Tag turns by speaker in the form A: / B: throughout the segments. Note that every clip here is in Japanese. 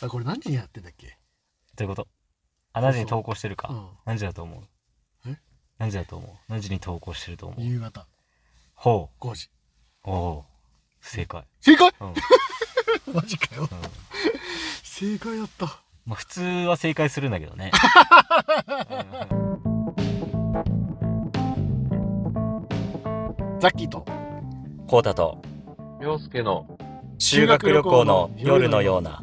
A: あこれ何時にやってんだっけ
B: どういうことあ、何時に投稿してる
A: う
B: か。
A: ん
B: 何時だと思う
A: え
B: 何時だと思う何時に投稿してると思う
A: 夕方
B: ほ
A: 5時
B: う。おう。不正解。
A: 正解
B: うん。うん
A: マジかよ正解だった
B: まあ、普通は正解するんだけど ね。うん
A: ザッキーと
B: コータと
C: 洋介の
B: 修学旅行の夜のような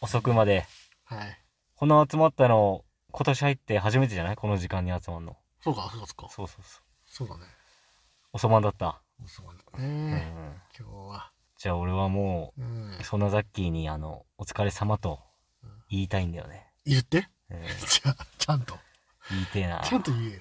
B: 遅くまで
A: はい
B: この集まったの今年入って初めてじゃないこの時間に集まるの
A: そうかそうかそうか
B: そうそうそう
A: そうだね
B: 遅まんだった、
A: そうだ
B: うん
A: ね、今日は
B: じゃあ俺はも
A: うん
B: うそんなザッキーにあのお疲れ様と言いたいんだよね、
A: 言って
B: うん、
A: じゃあちゃんと
B: 言いてえな
A: ちゃんと言えよ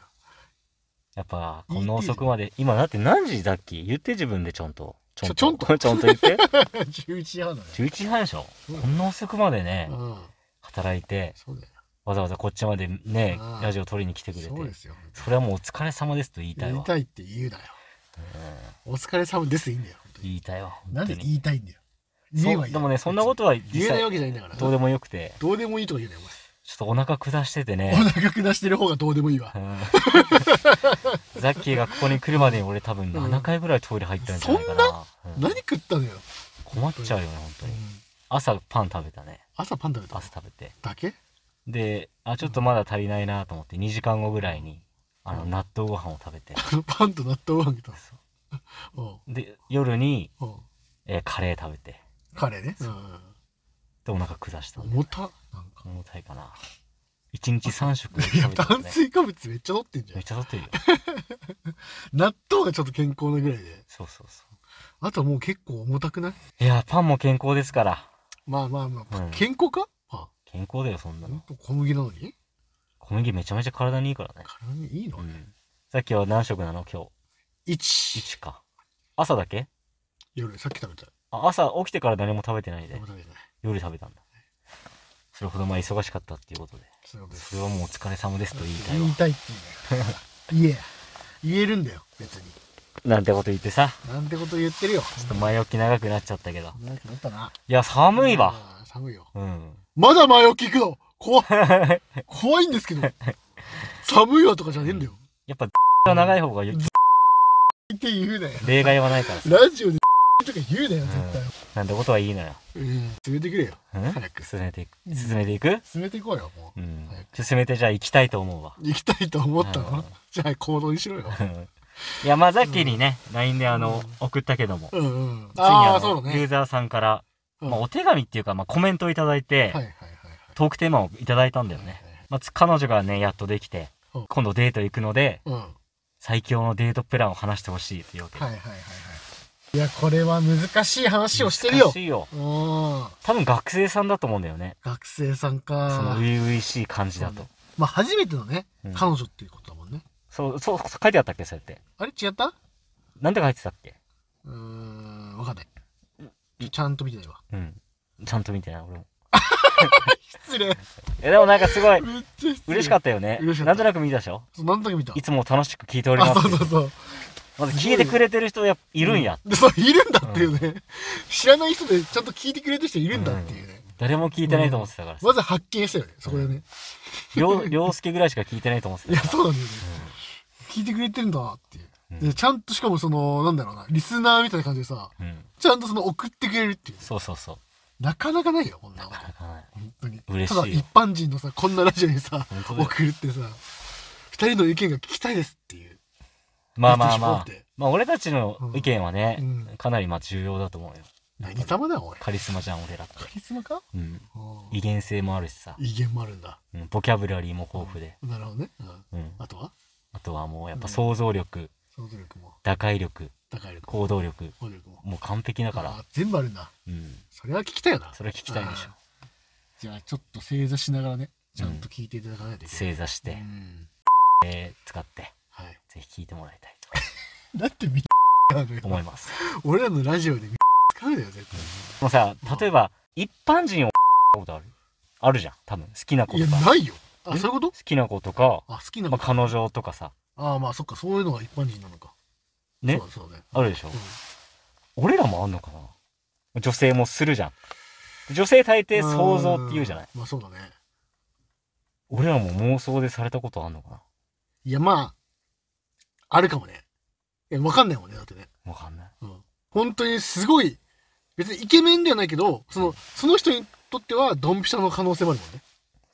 B: やっぱこの遅くまで今だって何時ザッキー言って自分でちょんとち
A: ちょちょんと
B: ちょんと 言って
A: 11時半だね
B: 11時半でしょ
A: そう
B: こんな遅くまでね
A: うん
B: 働いて
A: そうだよ
B: わざわざこっちまでね
A: ああ
B: ラジオ撮りに来てくれて
A: そうですよ
B: それはもうお疲れ様ですと言いたい
A: 言
B: わ
A: いたいって言うなよお疲れ様ですいいんだよ本当
B: うん
A: に
B: 言いたいわ
A: なんで言
B: い
A: いたいんだよ言えばいい
B: でもねそんなこととは
A: 言
B: 実
A: えないわ
B: 際
A: けじゃないんだから
B: どうでもよくて
A: どうでもいいとか言うなよ
B: ちょっとお腹下してて
A: お
B: ね
A: 前お腹下してる方がどうでもいいわ
B: うん ザッキーがここに来るまでに俺多分
A: うん
B: 7回ぐらいトイレ入ったんじゃないかなうん
A: 何食ったのよ
B: 困っちゃうよね本当に朝パン食べたね
A: 朝パン食べた
B: 朝食べて
A: だけ
B: であちょっとまだ足りないなと思って2時間後ぐらいにあの納豆ご飯を食べて
A: あのパンと納豆ご飯と
B: そ
A: おう
B: うで夜に、
A: おう
B: えーカレー食べて
A: カレーねうん
B: でお腹下したんだよ
A: 重たなんか
B: 重たいかな一日3食
A: い
B: 食
A: や
B: べたよ
A: 炭
B: ね
A: 水化物めっちゃ取ってんじゃ
B: め
A: ん
B: っちゃ取ってるよ
A: 納豆がちょっと健康なぐらいで
B: そうそうそう
A: あとはもう結構重たくない
B: いやパンも健康ですから
A: まあまあまあ、
B: うん
A: 健康かあ
B: 健康だよそんな
A: ほん
B: の
A: と小麦なのに
B: 小麦めちゃめちゃ体にいいからね
A: 体にいいの、
B: うんさっきは何食なの今日
A: 1
B: 1か朝だけ
A: 夜さっき食べた
B: あ朝起きてから何も食べてないで
A: 食べたじゃない
B: 夜食べたんだそれほどまあ忙しかったっていうことで
A: そういうことです
B: それはもうお疲れ様ですと言いたいわ
A: 言いたいって言うね言え言えるんだよ別に
B: なんてこと言ってさ
A: なんてこと言ってるよ
B: ちょっと前置き長くなっちゃったけど
A: なんかなったない
B: や寒いわ
A: うん寒いよ
B: うん
A: まだ前置き行くの 怖い怖いんですけど寒いわとかじゃねえんだよ、
B: やっぱ が長い方がよ
A: って言うなよ
B: 例外はないからさ
A: ラジオで とか言うなよ絶
B: なんてことはいいのよ
A: 対、うん、進めてくれよ
B: うん
A: 早く
B: 進めていく進めていく
A: 進めていこうよもう
B: うん
A: 早
B: 進めてじゃあ行きたいと思うわ
A: 行きたいと思ったの、
B: うん
A: じゃあ行動にしろよ
B: いやまあザッキーにね LINE であの送ったけども
A: うんうん
B: ついに
A: あ
B: あ
A: あそう
B: の
A: だ
B: ユー
A: ね
B: ザーさんから
A: うん
B: まあお手紙っていうかまあコメントをいただい
A: は
B: て
A: いはいはい
B: トークテーマをいただいたんだよねまあつ彼女がねやっとできて
A: うん
B: 今度デート行くので
A: はいうん
B: 最強のデートプランを話してほしいっていうわけで
A: はいはいはいはい。いや、これは難しい話をしてるよ
B: 難。しいよ
A: うん。
B: 多分学生さんだと思うんだよね
A: 学生さん
B: その
A: か
B: 初。々しい感じだと
A: まあ、初めてのね、
B: うん
A: 彼女っていうことだもんね。
B: そうそう書いてあったっけそうやって
A: あれ違った
B: なんて書いてたっけ
A: うーん、わかんない。ちゃんと見てないわ。
B: うんちゃんと見てない俺も
A: 失礼。めっ
B: えでもなんかすごい
A: ちゃ失礼。
B: 嬉しかったよね
A: 嬉しかった
B: なんとなく見たでしょ
A: そう何だけ見た
B: いつも楽しく聞いておりま
A: あ、
B: す
A: そうそうそう。
B: まず聞いてくれてる人やいるんや、
A: で、そう、いるんだっていうね。知らない人でちゃんと聞いてくれてる人いるんだっていうね。
B: 誰も聞いてないと思ってたからさ
A: まず発見したよね、そこでね。
B: りょうりょうすけぐらいしか聞いてないと思って
A: い
B: た
A: や、
B: から
A: そうなんだよね。聞いてくれてるんだっていう。
B: うん
A: で、ちゃんとしかもその、なんだろうな、リスナーみたいな感じでさ、
B: うん
A: ちゃんとその送ってくれるっていう。
B: そうそうそう
A: なかなかないよ、こんなの。
B: なかなかない
A: 本当に。
B: 嬉しい
A: た
B: よ
A: だ一般人のさ、こんなラジオにさ
B: 本当、だよ
A: 送るってさ、二人の意見が聞きたいですっていう。
B: まあまあま
A: だっ
B: あ
A: てしょうって
B: まあ俺たちの意見はね、
A: うん
B: かなりまあ重要だと思うよ
A: 何様だよ、おい。カ
B: カリスマじゃん俺らって、
A: リスマか
B: うん、
A: うん
B: 威厳性もあるしさ、
A: 威厳もあるんだ。
B: うん、ボキャブラリーも豊富で、
A: なるほどね。うん
B: うん、
A: あとは
B: あとはもうやっぱ
A: うん
B: 想像力、
A: 想像力も、
B: 打開力
A: 高い力も、
B: 行動力
A: 行動力も。
B: もう完璧だか
A: あ
B: ら
A: ー、全部あるんだ。
B: うん、
A: それは聞きたいよな。
B: それ聞きたいでしょ
A: あーじゃあ、ちょっと正座しながらね、ちゃんと聞いていただかないといけない。
B: 正座して、
A: うん
B: えー使って
A: はい。
B: ぜひ聞いてもらいたい
A: だってみ、あのよ
B: と思います
A: 俺らのラジオでみ使うだよ、絶対。
B: もうさ例えば一般人を したことあるあるじゃん多分好きな子
A: い
B: と
A: や、
B: か好
A: ないよ。あ、
B: え
A: そういうこと
B: きな子とか、
A: あ、好きな
B: ま
A: の
B: あ、彼女とかさ
A: ああ、まあそっか、そういうのが一般人なのか。
B: ね
A: そうそうね。
B: あるでしょ、
A: うん
B: 俺らもあんのかな女性もするじゃん。女性大抵想像って言うじゃない
A: まあそうだね。
B: 俺らも妄想でされたことあんのか
A: いや、まあ、あるかもね。いや、わかんないもんね、だってね。
B: なわかんない。
A: 本当にすごい、別にイケメンではないけど、その、その人にとってはドンピシャの可能性もあるもんね。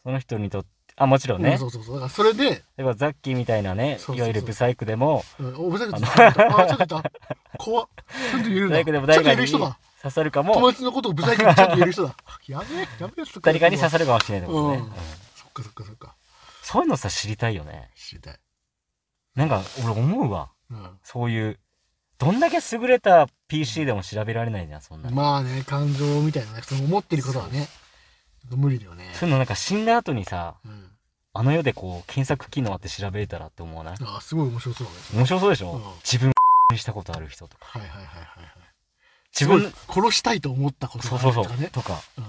B: その人にとって、あ、もちろん
A: うん
B: ね
A: そ。うそうそう。だからそれで、
B: 例えばザッキーみたいな
A: そ
B: ね
A: うそうそ、う
B: いわゆるブサイクでも、
A: うん、お、ふざけてた。あ、ちょっといた。怖っ。ちゃんと言えるん
B: ブ
A: だ。
B: サ
A: ちゃんと言
B: イクでも誰か
A: える
B: に
A: 人だ。
B: 刺さるか
A: 友
B: も、
A: 達のことをブサイクにちゃんと言える人だ。やべえ、やべえ、そっ
B: 誰かに刺さるかもしれないとかね。
A: うん
B: うん
A: そっかそっかそっか。
B: そういうのさ、知りたいよね。
A: 知りたい。
B: なんか、俺思うわ。
A: うん。
B: そういう、どんだけ優れた PC でも調べられないじゃん、そんなの。
A: まあね、感情みたいなね、その思ってることはね、ちょっと無理だよね。
B: そういうのなんか死んだ後にさ、
A: うん。
B: あの世でこう、検索機能あって調べれたらって思わない
A: あ、すごい面白そうだね。
B: 面白そうでしょ、
A: うん
B: 自分 にしたことある人と
A: は
B: か。
A: いはいはいはいはい。
B: 自分、
A: すごい殺したいと思ったこと
B: そう
A: が
B: そう
A: あるとか
B: そう。
A: ね。
B: とか、
A: うん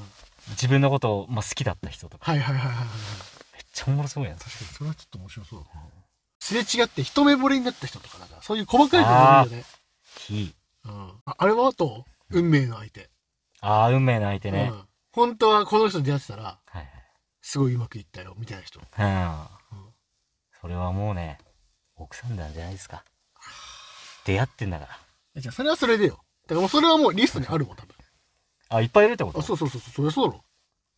B: 自分のことを、まあ、好きだった人とか。
A: はいはいはいはいはいはい。
B: めっちゃおもろそうやん。
A: 確かにそれはちょっと面白そうだな。すれ違って一目惚れになった人とかなんか、そういう細かいことがあるよね。
B: キ
A: うん。ああれはあと、運命の相手。
B: ー。ああ、運命の相手ね。
A: うん。本当はこの人と出会ってたら、
B: はい
A: すごいうまくいったよ、みたいな人。
B: はい。うん
A: うん。
B: それはもうね、奥さんなんじゃないですか。出会ってんだから。
A: じゃあそれはそれでよ。だからもうそれはもうリストにあるもん、多分。
B: あ、いっぱいいるってこ
A: あ、
B: と
A: そうそうそうそう、そりゃそうだろ。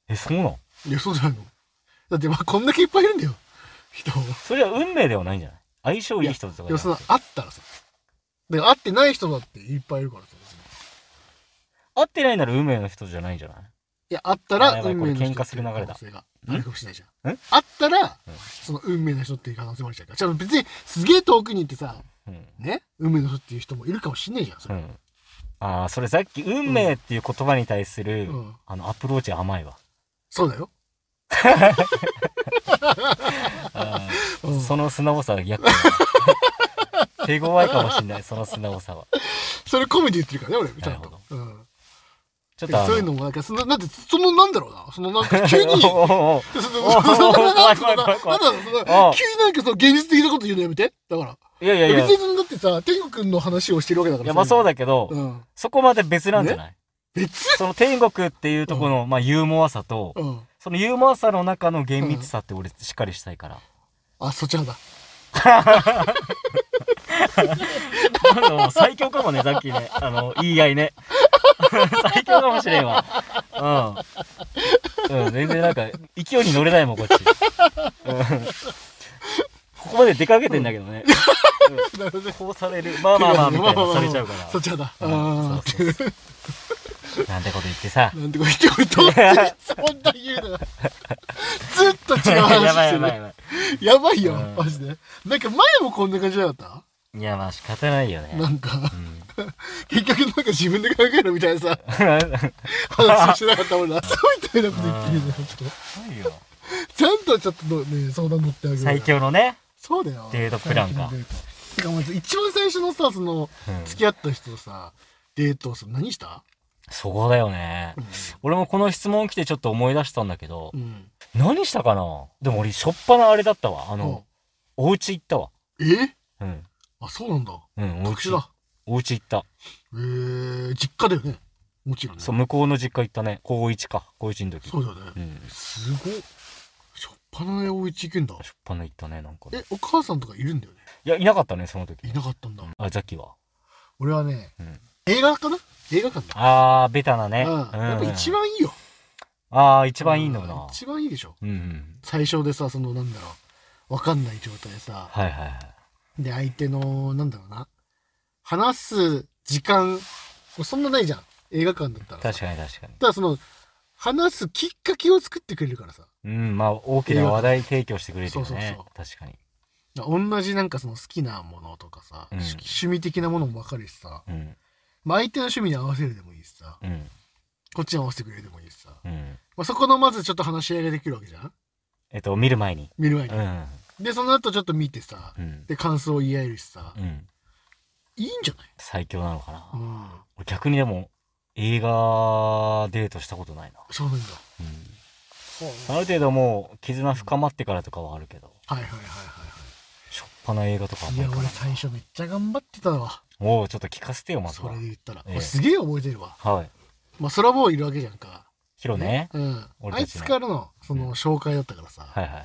B: え、そうなの
A: いや、そうじゃないの。だって、まあ、こんだけいっぱいいるんだよ。人。い
B: それは運命ではないんじゃない相性いい人とかじゃ
A: や、
B: な
A: その
B: くて、
A: あったらさ。で、会ってない人だっていっぱいいるからさ。
B: 合ってないなら運命の人じゃないんじゃない
A: いや、あった
B: あ
A: ら、
B: やばい
A: 運命の人っていう
B: これ喧嘩する流れだ
A: 可能性があるかもしれないじゃん。
B: ん
A: あったら
B: うん、
A: その運命の人っていう可能性もあるじゃんか。じゃあ別に、すげえ遠くに行ってさ、
B: うん。
A: ね、運命の人っていう人もいるかもしんないじゃん、そうれ。
B: ん。ああ、それさっき、運命っていう言葉に対する、
A: うん
B: あの、アプローチ甘いわ。
A: そうだよ。
B: あー
A: うん
B: その素直さが 逆に。手強いかもしんない、その素直さは。
A: それ込みで言ってるからね、俺、ちゃん
B: なる
A: と。うん。
B: ちょっとあの、
A: そういう のも、なんか、その、なんて、その、なんだろうな。その、なんか、急に、
B: おうおう
A: その
B: お
A: そ
B: ー
A: のなんかその
B: 怖い怖
A: なん
B: い怖い
A: だその
B: おう
A: 急になんかその現実的なこと言うのやめて。だから。
B: いやいやいや。
A: 別にそのだってさ、天国君の話をしてるわけだか
B: い
A: ら
B: や、まあそう
A: だ。
B: だけど、
A: うん。
B: そこまで別なんじゃない、
A: 別
B: その天国っていうところの、まあユーモアさと、
A: うん。
B: そのユーモアさの中の厳密さって俺しっかりしたいから。
A: あ、そっち派だ。
B: なんかもう最強かもね、さっきね。あの、言い合いね。 最強かもしれんわ。うん。うん、全然なんか、勢いに乗れないもん、こっち。うんここまで出かけてんだけどね。
A: なるほどね。
B: こうされる。まあまあまあ、みたいな、されちゃうか
A: そっち派だ。
B: ら。
A: あ
B: うんそうそうそうなんてこと言ってさ
A: あ。。なんてこと言ってこれどうしてそんな言うのよずっと違う
B: やば
A: 話して
B: いや
A: る
B: ばいやば
A: やばいよ
B: うん
A: マジでなんか前もこんな感じじゃなかっ
B: い。いや、まあ仕方ないよ
A: た
B: ね
A: な。んか
B: うん
A: 結局なんか自分で考えるみたい なさ
B: す
A: 話をしてなかったもんなそうみたいなこと言ってるんだよちょっと
B: ごいよ。
A: ちゃんとちょっとね、相談乗ってあげる。
B: 最。強のね。
A: そうだよ。
B: デートプラン
A: 最
B: か
A: 強のデート。てか、まず一番最初のさ、その、
B: うん
A: 付き合った人とさ、デートをさ、何した
B: そこだよね。俺もこの質問来てちょっと思い出したんだけど、
A: うん。
B: 何したかなでも俺、しょっぱなあれだったわ。あの、お家行ったわ。
A: うんえ
B: うん。
A: あ、そうなんだ。
B: うん、お
A: 特
B: 家
A: 殊。だ。
B: お家行った。
A: えー、実家だよね。もちろんね。
B: そう、向こうの実家行ったね。高一か。高一の時。
A: そうだよね。
B: うん。
A: すごっ。しょっぱなねお家行くんだ。
B: しょっぱな行ったね、なんかね
A: え、お母さんとかいるんだよね。
B: いや、いなかったね、その時
A: い。なかったんだ。
B: あ、ザキは。
A: 俺はね、
B: うん
A: 映画かな映画館だ。
B: あー、ベタなね。
A: うん。やっぱ一。番いいよ。
B: あー、一番いいの
A: うん
B: な。
A: 一番いいでしょ。
B: うんうん。
A: 最初でさそのなんだろうわかんない状態でさ
B: はいはいはい。
A: で相手のなんだろうな話す時間そんなないじゃん映画館だったらさ
B: 確かに確かに。
A: ただその話すきっかけを作ってくれるからさ
B: うん、まあ、大きな話題提供してくれるよ
A: そうそう
B: ね
A: そう。
B: 確かに。
A: 同じなんかその好きなものとかさ、
B: うん
A: 趣趣味的なものも分かるしさ、
B: うん、
A: まあ、相手の趣味に合わせるでもいいしさ
B: うん、
A: こっちに合わせてくれるでもいいしさ、
B: うん。
A: まあ、そこのまずちょっと話し合いができるわけじゃん
B: えっと、見る前に。
A: 見る前
B: う
A: に、
B: ん、
A: でその後ちょっと見てさ
B: うん、
A: で感想を言い合えるしさ、
B: うん。
A: いいんじゃない
B: 最強なのか
A: う
B: な。
A: ん
B: 俺逆にでも、映画デートしたことないな。
A: そうなんだ、
B: うん。
A: はあ
B: ある程度もう、絆深まってからとかはあるけど、
A: はいはいはいは
B: しょっぱな映画とかあん
A: い
B: ま
A: はい。
B: り
A: いや、
B: か
A: 俺
B: な
A: 最初めっちゃ頑張ってたわ。
B: おうちょっと聞かせてよ、まず
A: そ
B: は
A: れで。言ったら。
B: ええ
A: 俺すげえ覚えてるわ。
B: はい。
A: まあ、空棒いるわけじゃんか。
B: ヒロね。
A: うん。
B: 俺
A: あ
B: た
A: い
B: ち
A: つ
B: の
A: からの、その、紹介だったからさ、
B: はいはいはい。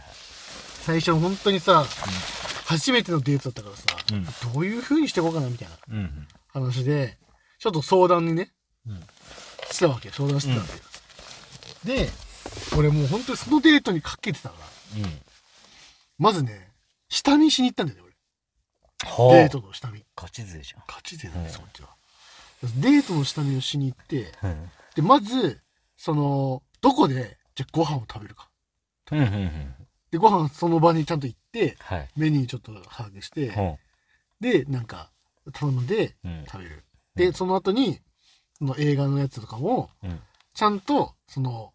A: 最初本当にさ、初めてのデートだったからさ、
B: うん
A: どういう風にしていこうかなみたいな
B: うんうん。
A: 話で、ちょっと相談にね、
B: うん
A: してたわけよ。相談してたわけよ。で、俺もう本当にそのデートにかけてたから、
B: うん。
A: まずね、下見しに行ったんだよね、
B: ほ
A: 俺。デ
B: う
A: ー。トの下見。
B: ガチ勢じゃん。
A: ガチ勢だね、
B: うん
A: そっちは。デートの下見をしに行って、
B: うん
A: で、まず、その、どこで、じゃあご飯を食べるか。
B: うんうんうん。
A: で、ご飯その場にちゃんと行って、
B: はい。
A: メニューちょっと把握して、
B: ほ
A: で、なんか、頼んで
B: う。うん。
A: 食べる。
B: う
A: で、
B: ん
A: その後に、その映画のやつとかも、
B: うん。
A: ちゃんと、その、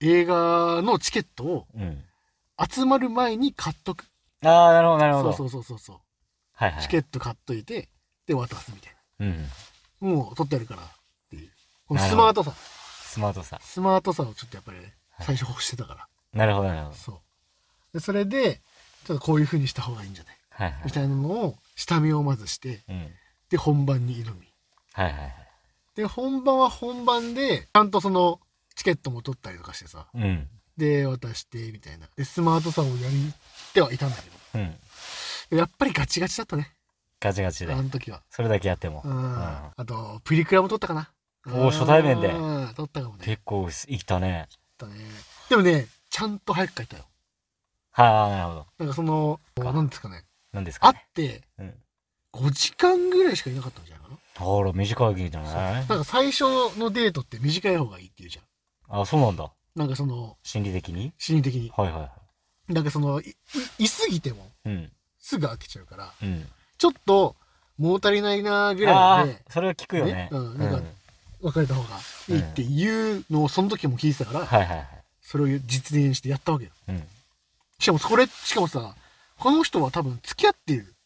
A: 映画のチケットを
B: うん。
A: 集まる前に買っとく。
B: ああ、なるほど、なるほ
A: そ
B: ど。
A: うそうそうそうそう。
B: はいはい。
A: チケット買っといて、で、渡すみたい
B: うん。
A: な。もう取ってあるからっていう。この
B: な
A: ス
B: るほ
A: マー
B: ど
A: トさ。
B: スマートさ。
A: スマートさをちょっとやっぱりね、
B: はい
A: 最初欲してたから。
B: なるほど、なるほど。
A: そう。で、それで、ちょっとこういう風にした方がいいんじゃない
B: はいはい
A: み。たいなのを、下見をまずして、
B: うん。
A: で、本番に挑み。
B: はいはいはい。
A: で、本番は本番で、ちゃんとその、チケットも取ったりとかしてさ、
B: うん。
A: で、渡して、みたいな。で、スマートさをやりてはいたんだけど
B: うん。
A: で、やっぱりガチガチだったね。
B: ガチガチ
A: あ
B: で。
A: の時は。
B: それだけやっても
A: う。ん。
B: ん
A: あと、プリクラも取ったかな。
B: おー初対面で
A: うん、取ったかもね。
B: 結構生きたね。
A: だね。でもね、ちゃんと早く帰ったよ。
B: はい、なるほど。
A: なんかその、
B: か
A: なんですかね。
B: 何です
A: 会
B: か
A: っ
B: ね。
A: て
B: うん、
A: 5時間ぐらいしかいなかったんじゃないかな。
B: ほら、短い劇じゃない
A: なんか最初のデートって短い方がいいっていうじゃん。
B: あ、そうなんだ。
A: なんかその、
B: 心理的に
A: 心理的に。
B: はいはいは
A: なんかその、い、いいすぎても
B: い。うん。
A: すぐ飽きちゃうから、
B: うん。
A: ちょっと物足りないなぐ
B: あ
A: ら
B: あ
A: いで、
B: それは聞くよ
A: ね
B: ね。
A: う
B: うんん。
A: なんか
B: はい
A: 別れた方がいいっていうのをその時も聞いてたから、
B: はいはい。
A: それを実現してやったわけよ。
B: うん。
A: しかもそれ、しかもさ、この人は多分付き合っている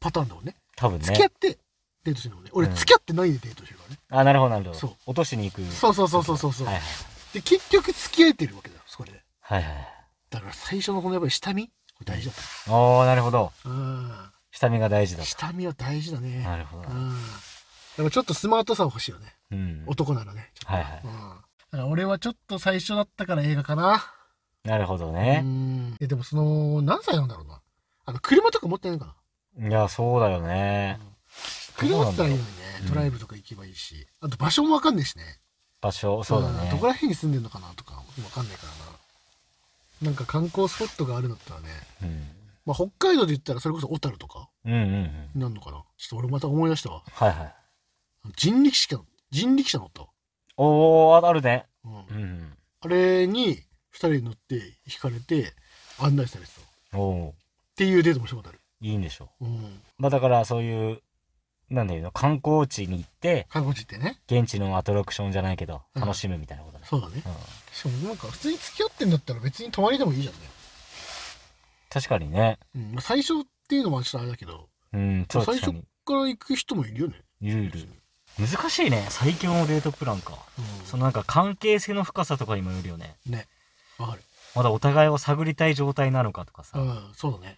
A: パターンだもんね。
B: 多分
A: 付き合
B: ね
A: っ。てデートしてるもんね。俺
B: うん
A: 付き合ってないでデートしてるからね。
B: あ、なるほどなるほど。
A: そう
B: 落としに行く。
A: そうそうそうそうそうそう
B: はいはい。
A: で、結局付き合えてるわけだよ、それで。
B: はいはい。
A: だから最初のこのやっぱり下見これ大事だった。
B: おー、なるほど。
A: うん。
B: 下見が大事だと。
A: 下見は大事だね。
B: なるほど
A: う。ん。でもちょっとスマートさは欲しいよね。
B: うん。
A: 男ならね。ちょっと
B: はいはい
A: うん。だから俺はちょっと最初だったから映画かな。
B: なるほど
A: う
B: ね。
A: ん。え、でもその、何歳なんだろうな。あの、車とか持ってないのか
B: いや、そうだよね。
A: な。車持ってたらいいのにね
B: う。ん
A: ドライブとか行けばいいし。あと場所もわかんないしね。
B: 場所、そうだ
A: ん
B: ね
A: ど。こら辺に住んでんのかなとか、わかんないからな。なんか観光スポットがあるんだったらね。
B: うん。
A: まあ、北海道で言ったらそれこそ小樽とか
B: うんうんうん。
A: になるのかな。ちょっと俺また思い出したわ。
B: はいはい。
A: 人力車、人力車乗ったわ。
B: おー、ああるね。
A: うん。
B: うん。
A: あれに二人乗って引かれて案内されてたっ
B: おー、
A: ていうデートもしたことある。
B: いいんでしょ
A: うん。
B: う。まあだからそういう、なんだいうの、観光地に行って、
A: 観光地ってね。
B: 現地のアトラクションじゃないけど、
A: うん
B: 楽しむみたいなことだね。
A: そうだね
B: う。ん。
A: しかもなんか普通に付き合ってんだったら別に泊まりでもいいじゃんね。
B: 確かにね。
A: うん。まあ、最初っていうのはちょっとあれだけど、
B: うん、
A: 最
B: そう確か
A: 初
B: に。
A: から行く人もいるよね。
B: いるいる。難しいね。最強のデートプランか。
A: うん。
B: そのなんか関係性の深さとかにもよるよね。
A: ね。わかる。
B: まだお互いを探りたい状態なのかとかさ。
A: うん。そうだね。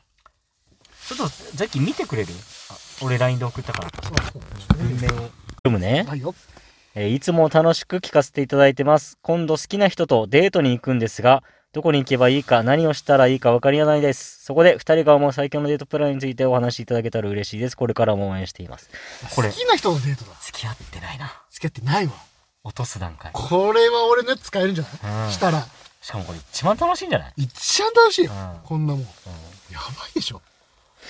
B: ちょっと、ザッキー見てくれるあ俺 LINE で送ったから。
A: あそう
B: 文明を。読むね。
A: はいよ。
B: えーいつも楽しく聞かせていただいてます。今度好きな人とデートに行くんですが、どこに行けばいいか、何をしたらいいか分かりやないです。そこで2人が思う最強のデートプランについてお話しいただけたら嬉しいです。これからも応援しています。これ
A: 好きな人のデートだ。
B: 付き合ってないな。
A: 付き合ってないわ。
B: 落とす段階。
A: これは俺のやつ使えるんじゃない、
B: うん
A: したら、
B: しかもこれ一番楽しいんじゃない
A: 一番楽しいよ。
B: うん
A: こんなもん。や
B: うん
A: ばいでしょ。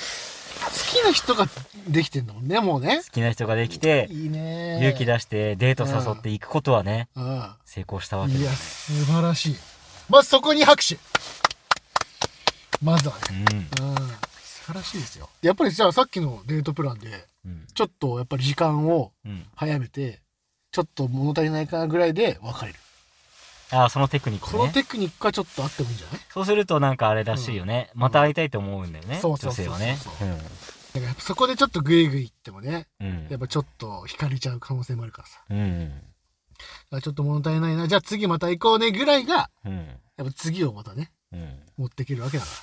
A: 好きな人ができてんだもんね、もうね
B: 好。きな人ができて、
A: いいね。
B: 勇気。出してデート誘っていくことはね、
A: あ
B: 成功した
A: あ。
B: わけ
A: い
B: で
A: や、
B: す。
A: 素晴らしい。まずそこに拍手。まずは
B: う
A: ね。
B: ん。
A: うん。素晴らしいですよ。やっぱりじゃあさっきのデートプランで、
B: うん。
A: ちょっとやっぱり時間を
B: うん。
A: 早めて、ちょっと物足りないかなぐらいで別れる。
B: ああ、そのテクニック
A: この
B: ね。
A: テクニックはちょっとあってもいいんじゃない
B: そうするとなんかあれらしいよね。また会いたいと思うんだよね。
A: そう
B: 女
A: そうそうそう
B: 性はね。
A: だからやっぱそこでちょっとグイグイ行ってもね、
B: うん。うん
A: やっぱちょっと惹かれちゃう可能性もあるからさ。
B: うん。
A: だからちょっと物足りないな、じゃあ次また行こうねぐらいが、
B: うん。
A: やっぱ次をまたね、
B: うん。
A: 持ってけるわけだから。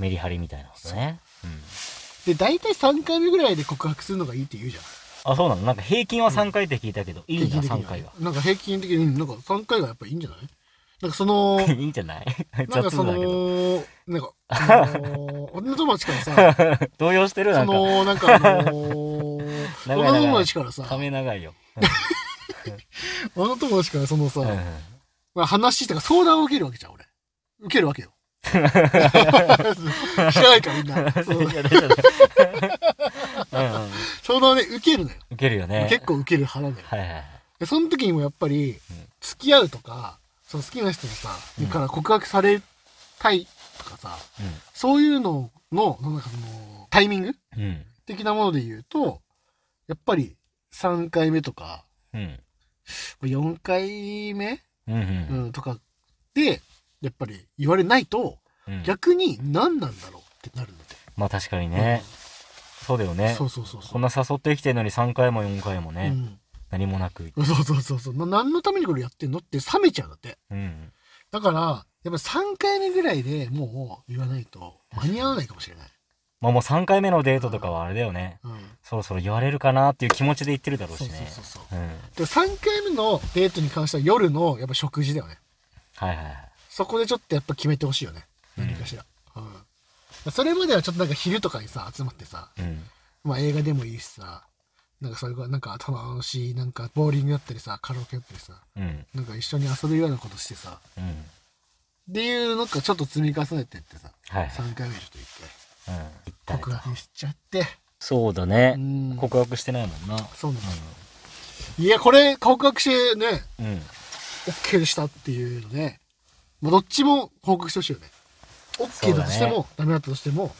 B: メリハリみたいなことね。
A: で、大体3回目ぐらいで告白するのがいいって言うじゃん。
B: あ、そうなのなんか平均は3回って聞いたけど、いい
A: 平均
B: な、
A: 的に
B: 3回は。
A: なんか平均的に、うんなんか3回がやっぱいいんじゃないなんかそ の、
B: いいんじゃない
A: なん
B: 雑
A: かそ
B: 務だけど。
A: の、なんか、あのー、女友達から さ、
B: 動揺してる
A: そ
B: なんか。
A: の、なんかあのー、
B: 長い
A: 女友
B: 長い。
A: 達からさ、
B: ため長いよ。
A: 女友達からそのさ、
B: うんうん
A: まあ、話とか相談を受けるわけじゃん、俺。受けるわ けよ。知らないからみんな。そ
B: うん
A: う
B: いや大丈夫 うんうん
A: 相談をね、受けるのよ。
B: ウケるよね。
A: 結構受ける派なのよ。
B: はいはいはい。
A: でその時にもやっぱり、付き合うとか、その好きな人にさ、
B: うん
A: から告白されたいとかさ、そういうのの、なんかその、タイミング
B: うん。うん。
A: 的なもので言うと、やっぱり3回目とか、
B: うん。
A: 4回目、
B: うんうん。
A: うん、とかで、やっぱり言われないと、
B: うん
A: 逆に何なんだろうってなるんだって。
B: まあ確かにね。そうだよね。
A: そうそうそうそ
B: こ
A: う。
B: んな誘ってきてるのに3回も4回もね、何もなく。
A: うん、 そうそうそうそう。な何のためにこれやってんのって冷めちゃうんだって。
B: うん。
A: だから、やっぱ3回目ぐらいでもう言わないと間に合わないかもしれない。
B: まあもう3回目のデートとかはあれだよね。
A: うん。
B: そろそろ言われるかなっていう気持ちで言ってるだろう
A: そ
B: し
A: うそう
B: ね。
A: そうそう。
B: うん。
A: で3回目のデートに関しては夜のやっぱ食事だよね。
B: はいはいはい。
A: そこでちょっとやっぱ決めてほしいよね。何かしら。うん。それまではちょっとなんか昼とかにさ、集まってさ、
B: うん。
A: まあ映画でもいいしさ、なんかそれがなんか楽しい、なんかボーリングだったりさ、カラオケだったりさ、
B: うん。
A: なんか一緒に遊べるようなことしてさ、
B: うん。
A: っていうのがちょっと積み重ねてってさ、
B: はい。
A: 3回目ちょっと一
B: うん。一体
A: 回告白しちゃって、
B: そうだ
A: う
B: ね。
A: ん。
B: 告白してないもんな。
A: そうなの、いや、これ告白してね、
B: うん。うん。
A: OK したっていうのね、まあどっちも報告してほしいよね。
B: そう
A: OK
B: だね
A: だとしても、ダメだったとしても、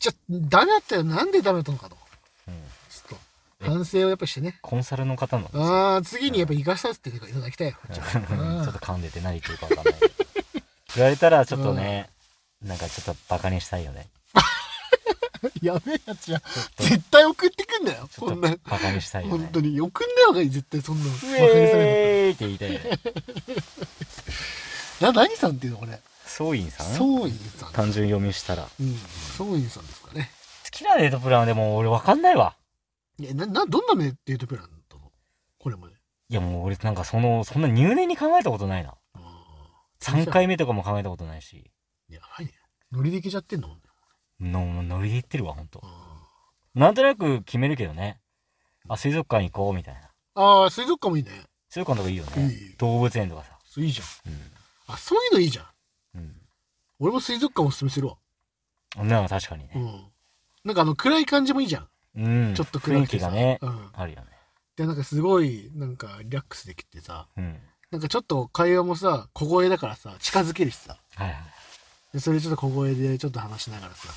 A: じゃあ、ダメだったらなんでダメだったのかと。
B: うん
A: ちょっと、反省をやっぱしてね。
B: コンサルの方の。ちょ
A: ああ、次にやっぱ生かさせていただき たいよ。こっち
B: っと
A: はうん
B: 噛んでて何言ってるかわかんない。言われたらちょっとね、なんかちょっとバカにしたいよね。
A: やべえやつじゃん。
B: と
A: 絶対送ってくんだよ。
B: ちょっ
A: こ
B: と
A: んなん。
B: バカにしたいよ
A: 本
B: ね。
A: 当に。送んない方がいい、絶対そんなの。
B: ウ
A: 馬鹿にされ
B: ェーイって言いたいよね。
A: たな、何さんっていうのこれ。
B: ソーインさん
A: ソーインさん。
B: 単純読みしたら。好
A: うん。ソーインさんですかね。
B: きなデートプランはでも俺わかんないわ。
A: いや、な、な、どんなメーデートプランだったのこれまで。
B: いやもう俺なんかその、そんな入念に考えたことないな。
A: あー
B: 3回目とかも考えたことないし。
A: やばいね。ノリでいけちゃってんのもんね。
B: の、ノリで言ってるわ、ほんと。
A: あ
B: なんとなく決めるけどね。あ、水族館行こう、みたいな。
A: あー、水族館もいいね。
B: 水族館とかいいよね。
A: いい。
B: 動物園とかさ。
A: そういいじゃん。
B: う
A: あ、そういうのいいじゃん。
B: ん。
A: 俺も水族館おすすめするわ。
B: うん。なんか確かに
A: う
B: ね。
A: ん。なんかあの、暗い感じもいいじゃん。
B: うん。
A: ちょっと
B: 雰
A: 暗
B: 囲
A: くて
B: 気
A: さ
B: がね、
A: うん。
B: あるよね。
A: で、なんかすごい、なんかリラックスできてさ、
B: うん。
A: なんかちょっと会話もさ、小声だからさ、近づけるしさ。
B: はいは
A: で、それちょっと小声でちょっと話しながらさ、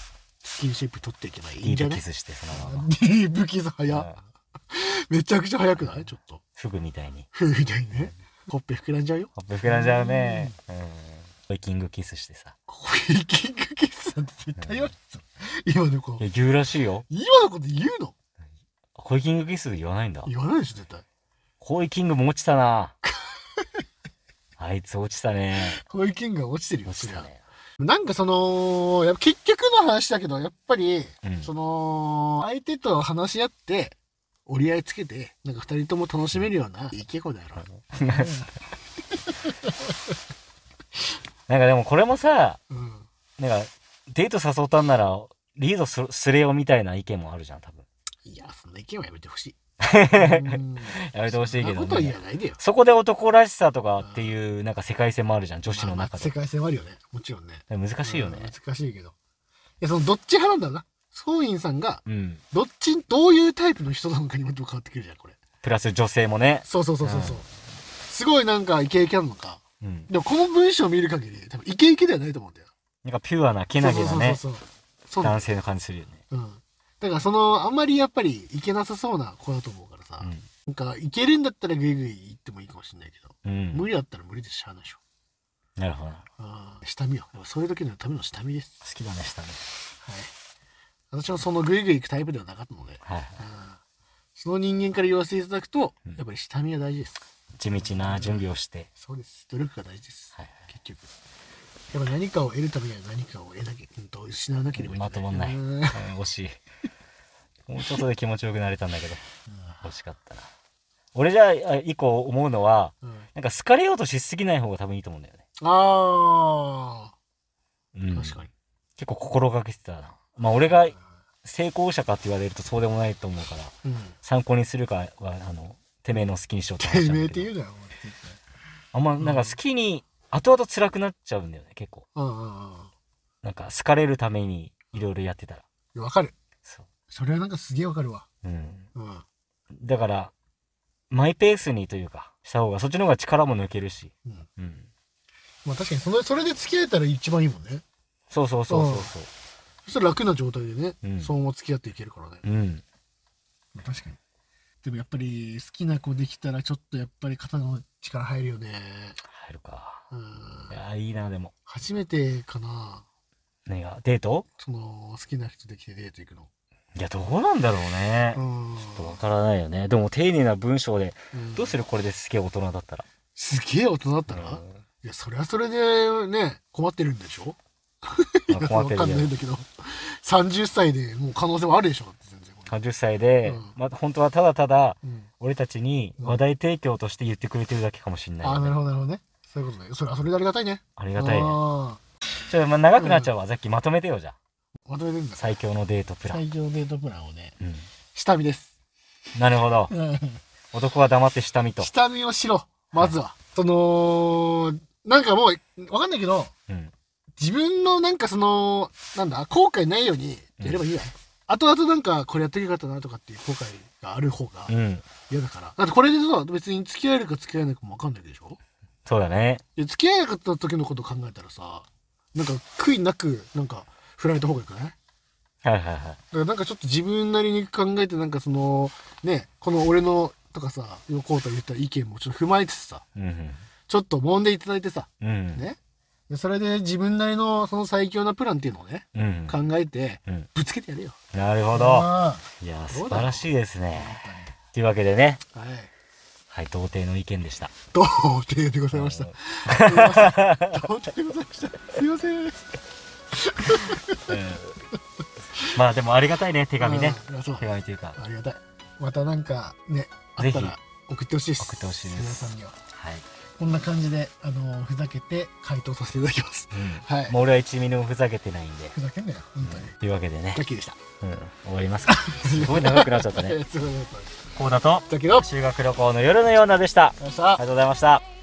A: スキンシップ取っていけばい
B: い。
A: い
B: い
A: ん
B: い
A: じゃ
B: と
A: な
B: キ
A: い
B: スして、そのまま。
A: ディーブキス早
B: うん
A: っ。めちゃくちゃ早くないちょっと。
B: フグみたいに。
A: ふみたいにね。ほっぺ膨らんじゃうよ。
B: ほっぺ膨らんじゃうね。うん。ウェイキングキスしてさ。
A: ここにキングキスなんて絶対言わないぞ。今の子
B: い。や、言うらしいよ。
A: 今の子って言うの
B: コイキングキス言わないんだ。
A: 言わないでしょ、絶対。
B: コイキングも落ち たな。あいつ落ちたね。
A: こういうキングが落ちてるよ、
B: 落
A: そ
B: ち
A: り
B: た
A: ゃ。
B: ね。
A: なんかその、やっぱ結局の話だけど、やっぱり、
B: うん。
A: その、相手と話し合って、折り合いつけて、なんか二人とも楽しめるような、いい稽古だろ。
B: なんかでもこれもさ、
A: うん。
B: なんかデート誘ったんならリードするすれよみたいな意見もあるじゃん、多分。
A: いや、そんな意見はやめてほ しい。うん
B: やめてほしいけ
A: そんな
B: ど
A: ことは言
B: ね
A: わ。ないでよ。
B: そこで男らしさとかっていうなんか世界線もあるじゃん、女子の
A: まあま
B: 中
A: あ世
B: で。
A: 界線はあるよね。もちろんね。
B: 難しいよね
A: うん。難しいけど。いや、その、どっち派なんだろうな。ソーインさんが、
B: うん。
A: どっち、どういうタイプの人なのかにも変わってくるじゃん、これ。
B: プラス女性もね。
A: そうそうそうそうそう。すごいなんかイケイケなのか。
B: うん。
A: でもこの文章を見る限り、多分イケイケではないと思うんだよ。
B: なんかピュアな、けなげなね、
A: そうそうそうそう。そうなんだ
B: 男性の感じするよね。
A: うん。だからその、あんまりやっぱりいけなさそうな子だと思うからさ。なんか、いけるんだったらグイグイ行ってもいいかもしれないけど、
B: うん。うん。
A: 無理だったら無理でしゃあないでしょ。
B: なるほど。好
A: あー下見よ。やっぱそういう時のための下見です。
B: きだね、したね。
A: はい。私もそのグイグイ行くタイプではなかったので、
B: はい。
A: あーその人間から言わせていただくと
B: うん、
A: やっぱり下見は大事です。
B: 地道な準備をして。
A: そうです。努力が大事です。
B: はい。
A: 結局やっぱ何かを得るためには何かを得なきゃ、うんと、失わなければいけない
B: まとまんない
A: うん
B: うん惜しい。もうちょっとで気持ちよくなれたんだけど欲しかったな俺じゃああ一個思うのは
A: うん
B: なんか好かれようとしすぎない方が多分いいと思うんだよね、
A: あ
B: う
A: ー
B: ん、
A: 確かに。
B: 結構心がけてたなまあ俺が成功者かって言われるとそうでもないと思うから
A: うん。
B: 参考にするかはあのてめえの好きにしようって話
A: て
B: なん
A: めえ
B: だ
A: っ
B: け
A: て
B: ど
A: 言うなよ、
B: あんまなんか好きに後々辛くなっちゃうんだよね結構
A: お前。うんうんうん
B: なんか好かれるためにいろいろやってたら
A: いや。わかる。
B: そ
A: それはなんかすげえわかるわ。
B: ううん
A: うん。
B: だからマイペースにというかした方がそっちの方が力も抜けるし、
A: うん
B: うん
A: まあ確かにその、それで付き合えたら一番いいもんね。
B: そうそうそうそうそう
A: そしたら楽な状態でね、
B: うん
A: そうも付き合っていけるからね。
B: うん
A: 確かに。でもやっぱり好きな子できたらちょっとやっぱり肩の力入るよね。
B: 入るか
A: うん。
B: いやーいいなでも
A: 初めてかな。
B: 何がデート
A: その好きな人できてデート行くの。
B: いやどうなんだろうね
A: う、ん。
B: ちょっとわからないよねでも丁寧な文章で
A: うん
B: どうするこれですげえ大人だったら
A: すげえ大人だったら、
B: うん
A: いや、それはそれでね、困ってるんでしょ
B: まあ困って
A: わかんない
B: るけど
A: んだけど、30歳でもう可能性はあるでしょ、全然。
B: 30歳で、
A: うん
B: まあ本当はただただ
A: うん、
B: 俺たちに話題提供として言ってくれてるだけかもしれない
A: あ
B: よ
A: あ、
B: ね、
A: なるほど、なるほどね。そういうことね。それはそれでありがたいね。
B: ありがたいね
A: あ
B: ちょっとまあ長くなっちゃうわ、さっきまとめてよじゃあ
A: ーまとめてるんだ。
B: 最強のデートプラン、
A: 最強デートプランをね、
B: うん、
A: 下見です。
B: なるほど
A: うん
B: 男は黙って下見と、
A: 下見をしろ、まずは。その、なんかもう、わかんないけど、
B: うん、
A: 自分のなんかその、なんだ、後悔ないようにやればいいや。後々なんか、これやってよかったなとかっていう後悔がある方が
B: うん、
A: 嫌だから。だってこれでさ、別に付き合えるか付き合えないかもわかんないでしょ
B: そうだね
A: で付き合えなかった時のこと考えたらさ、なんか悔いなく、なんか振られた方がいいかね。
B: はいはいはい
A: だからなんかちょっと自分なりに考えてなんかそのねこの俺のとかさ今こうた言った意見もちょっと踏まえつつさ
B: うん
A: ちょっと揉んでいただいてさ
B: うんうん
A: ねでそれで自分なりのその最強なプランっていうのをね
B: うん
A: 考えて
B: うん
A: ぶつけてやれよ。
B: なるほど
A: あ
B: いやー
A: ど
B: 素
A: うだろう
B: 晴らしいですねというわけでね
A: あはい。
B: はい童貞の意見 でした
A: どうてでございま した。どうでございました。すいません。
B: うんまあでもありがたいね手紙ね
A: うん。そう
B: 手紙というか
A: ありがたい。またなんかねあった
B: ぜ
A: ら送ってほしいです。
B: 送ってほしいです
A: 皆さんには
B: はい、
A: こんな感じであのふざけて回答させていただきます。
B: うん
A: はい。
B: もう俺は1ミリもふざけてないんで
A: ふざけんなよ、本当に。
B: というわけでね
A: ラ、ッキーでした。
B: うん、終わりますか すごい長くなっちゃったね
A: すごいなと。
B: こうだと
A: だけど、ありがとう
B: 修学旅行の夜のようなでしたあり
A: ございました
B: がとうございました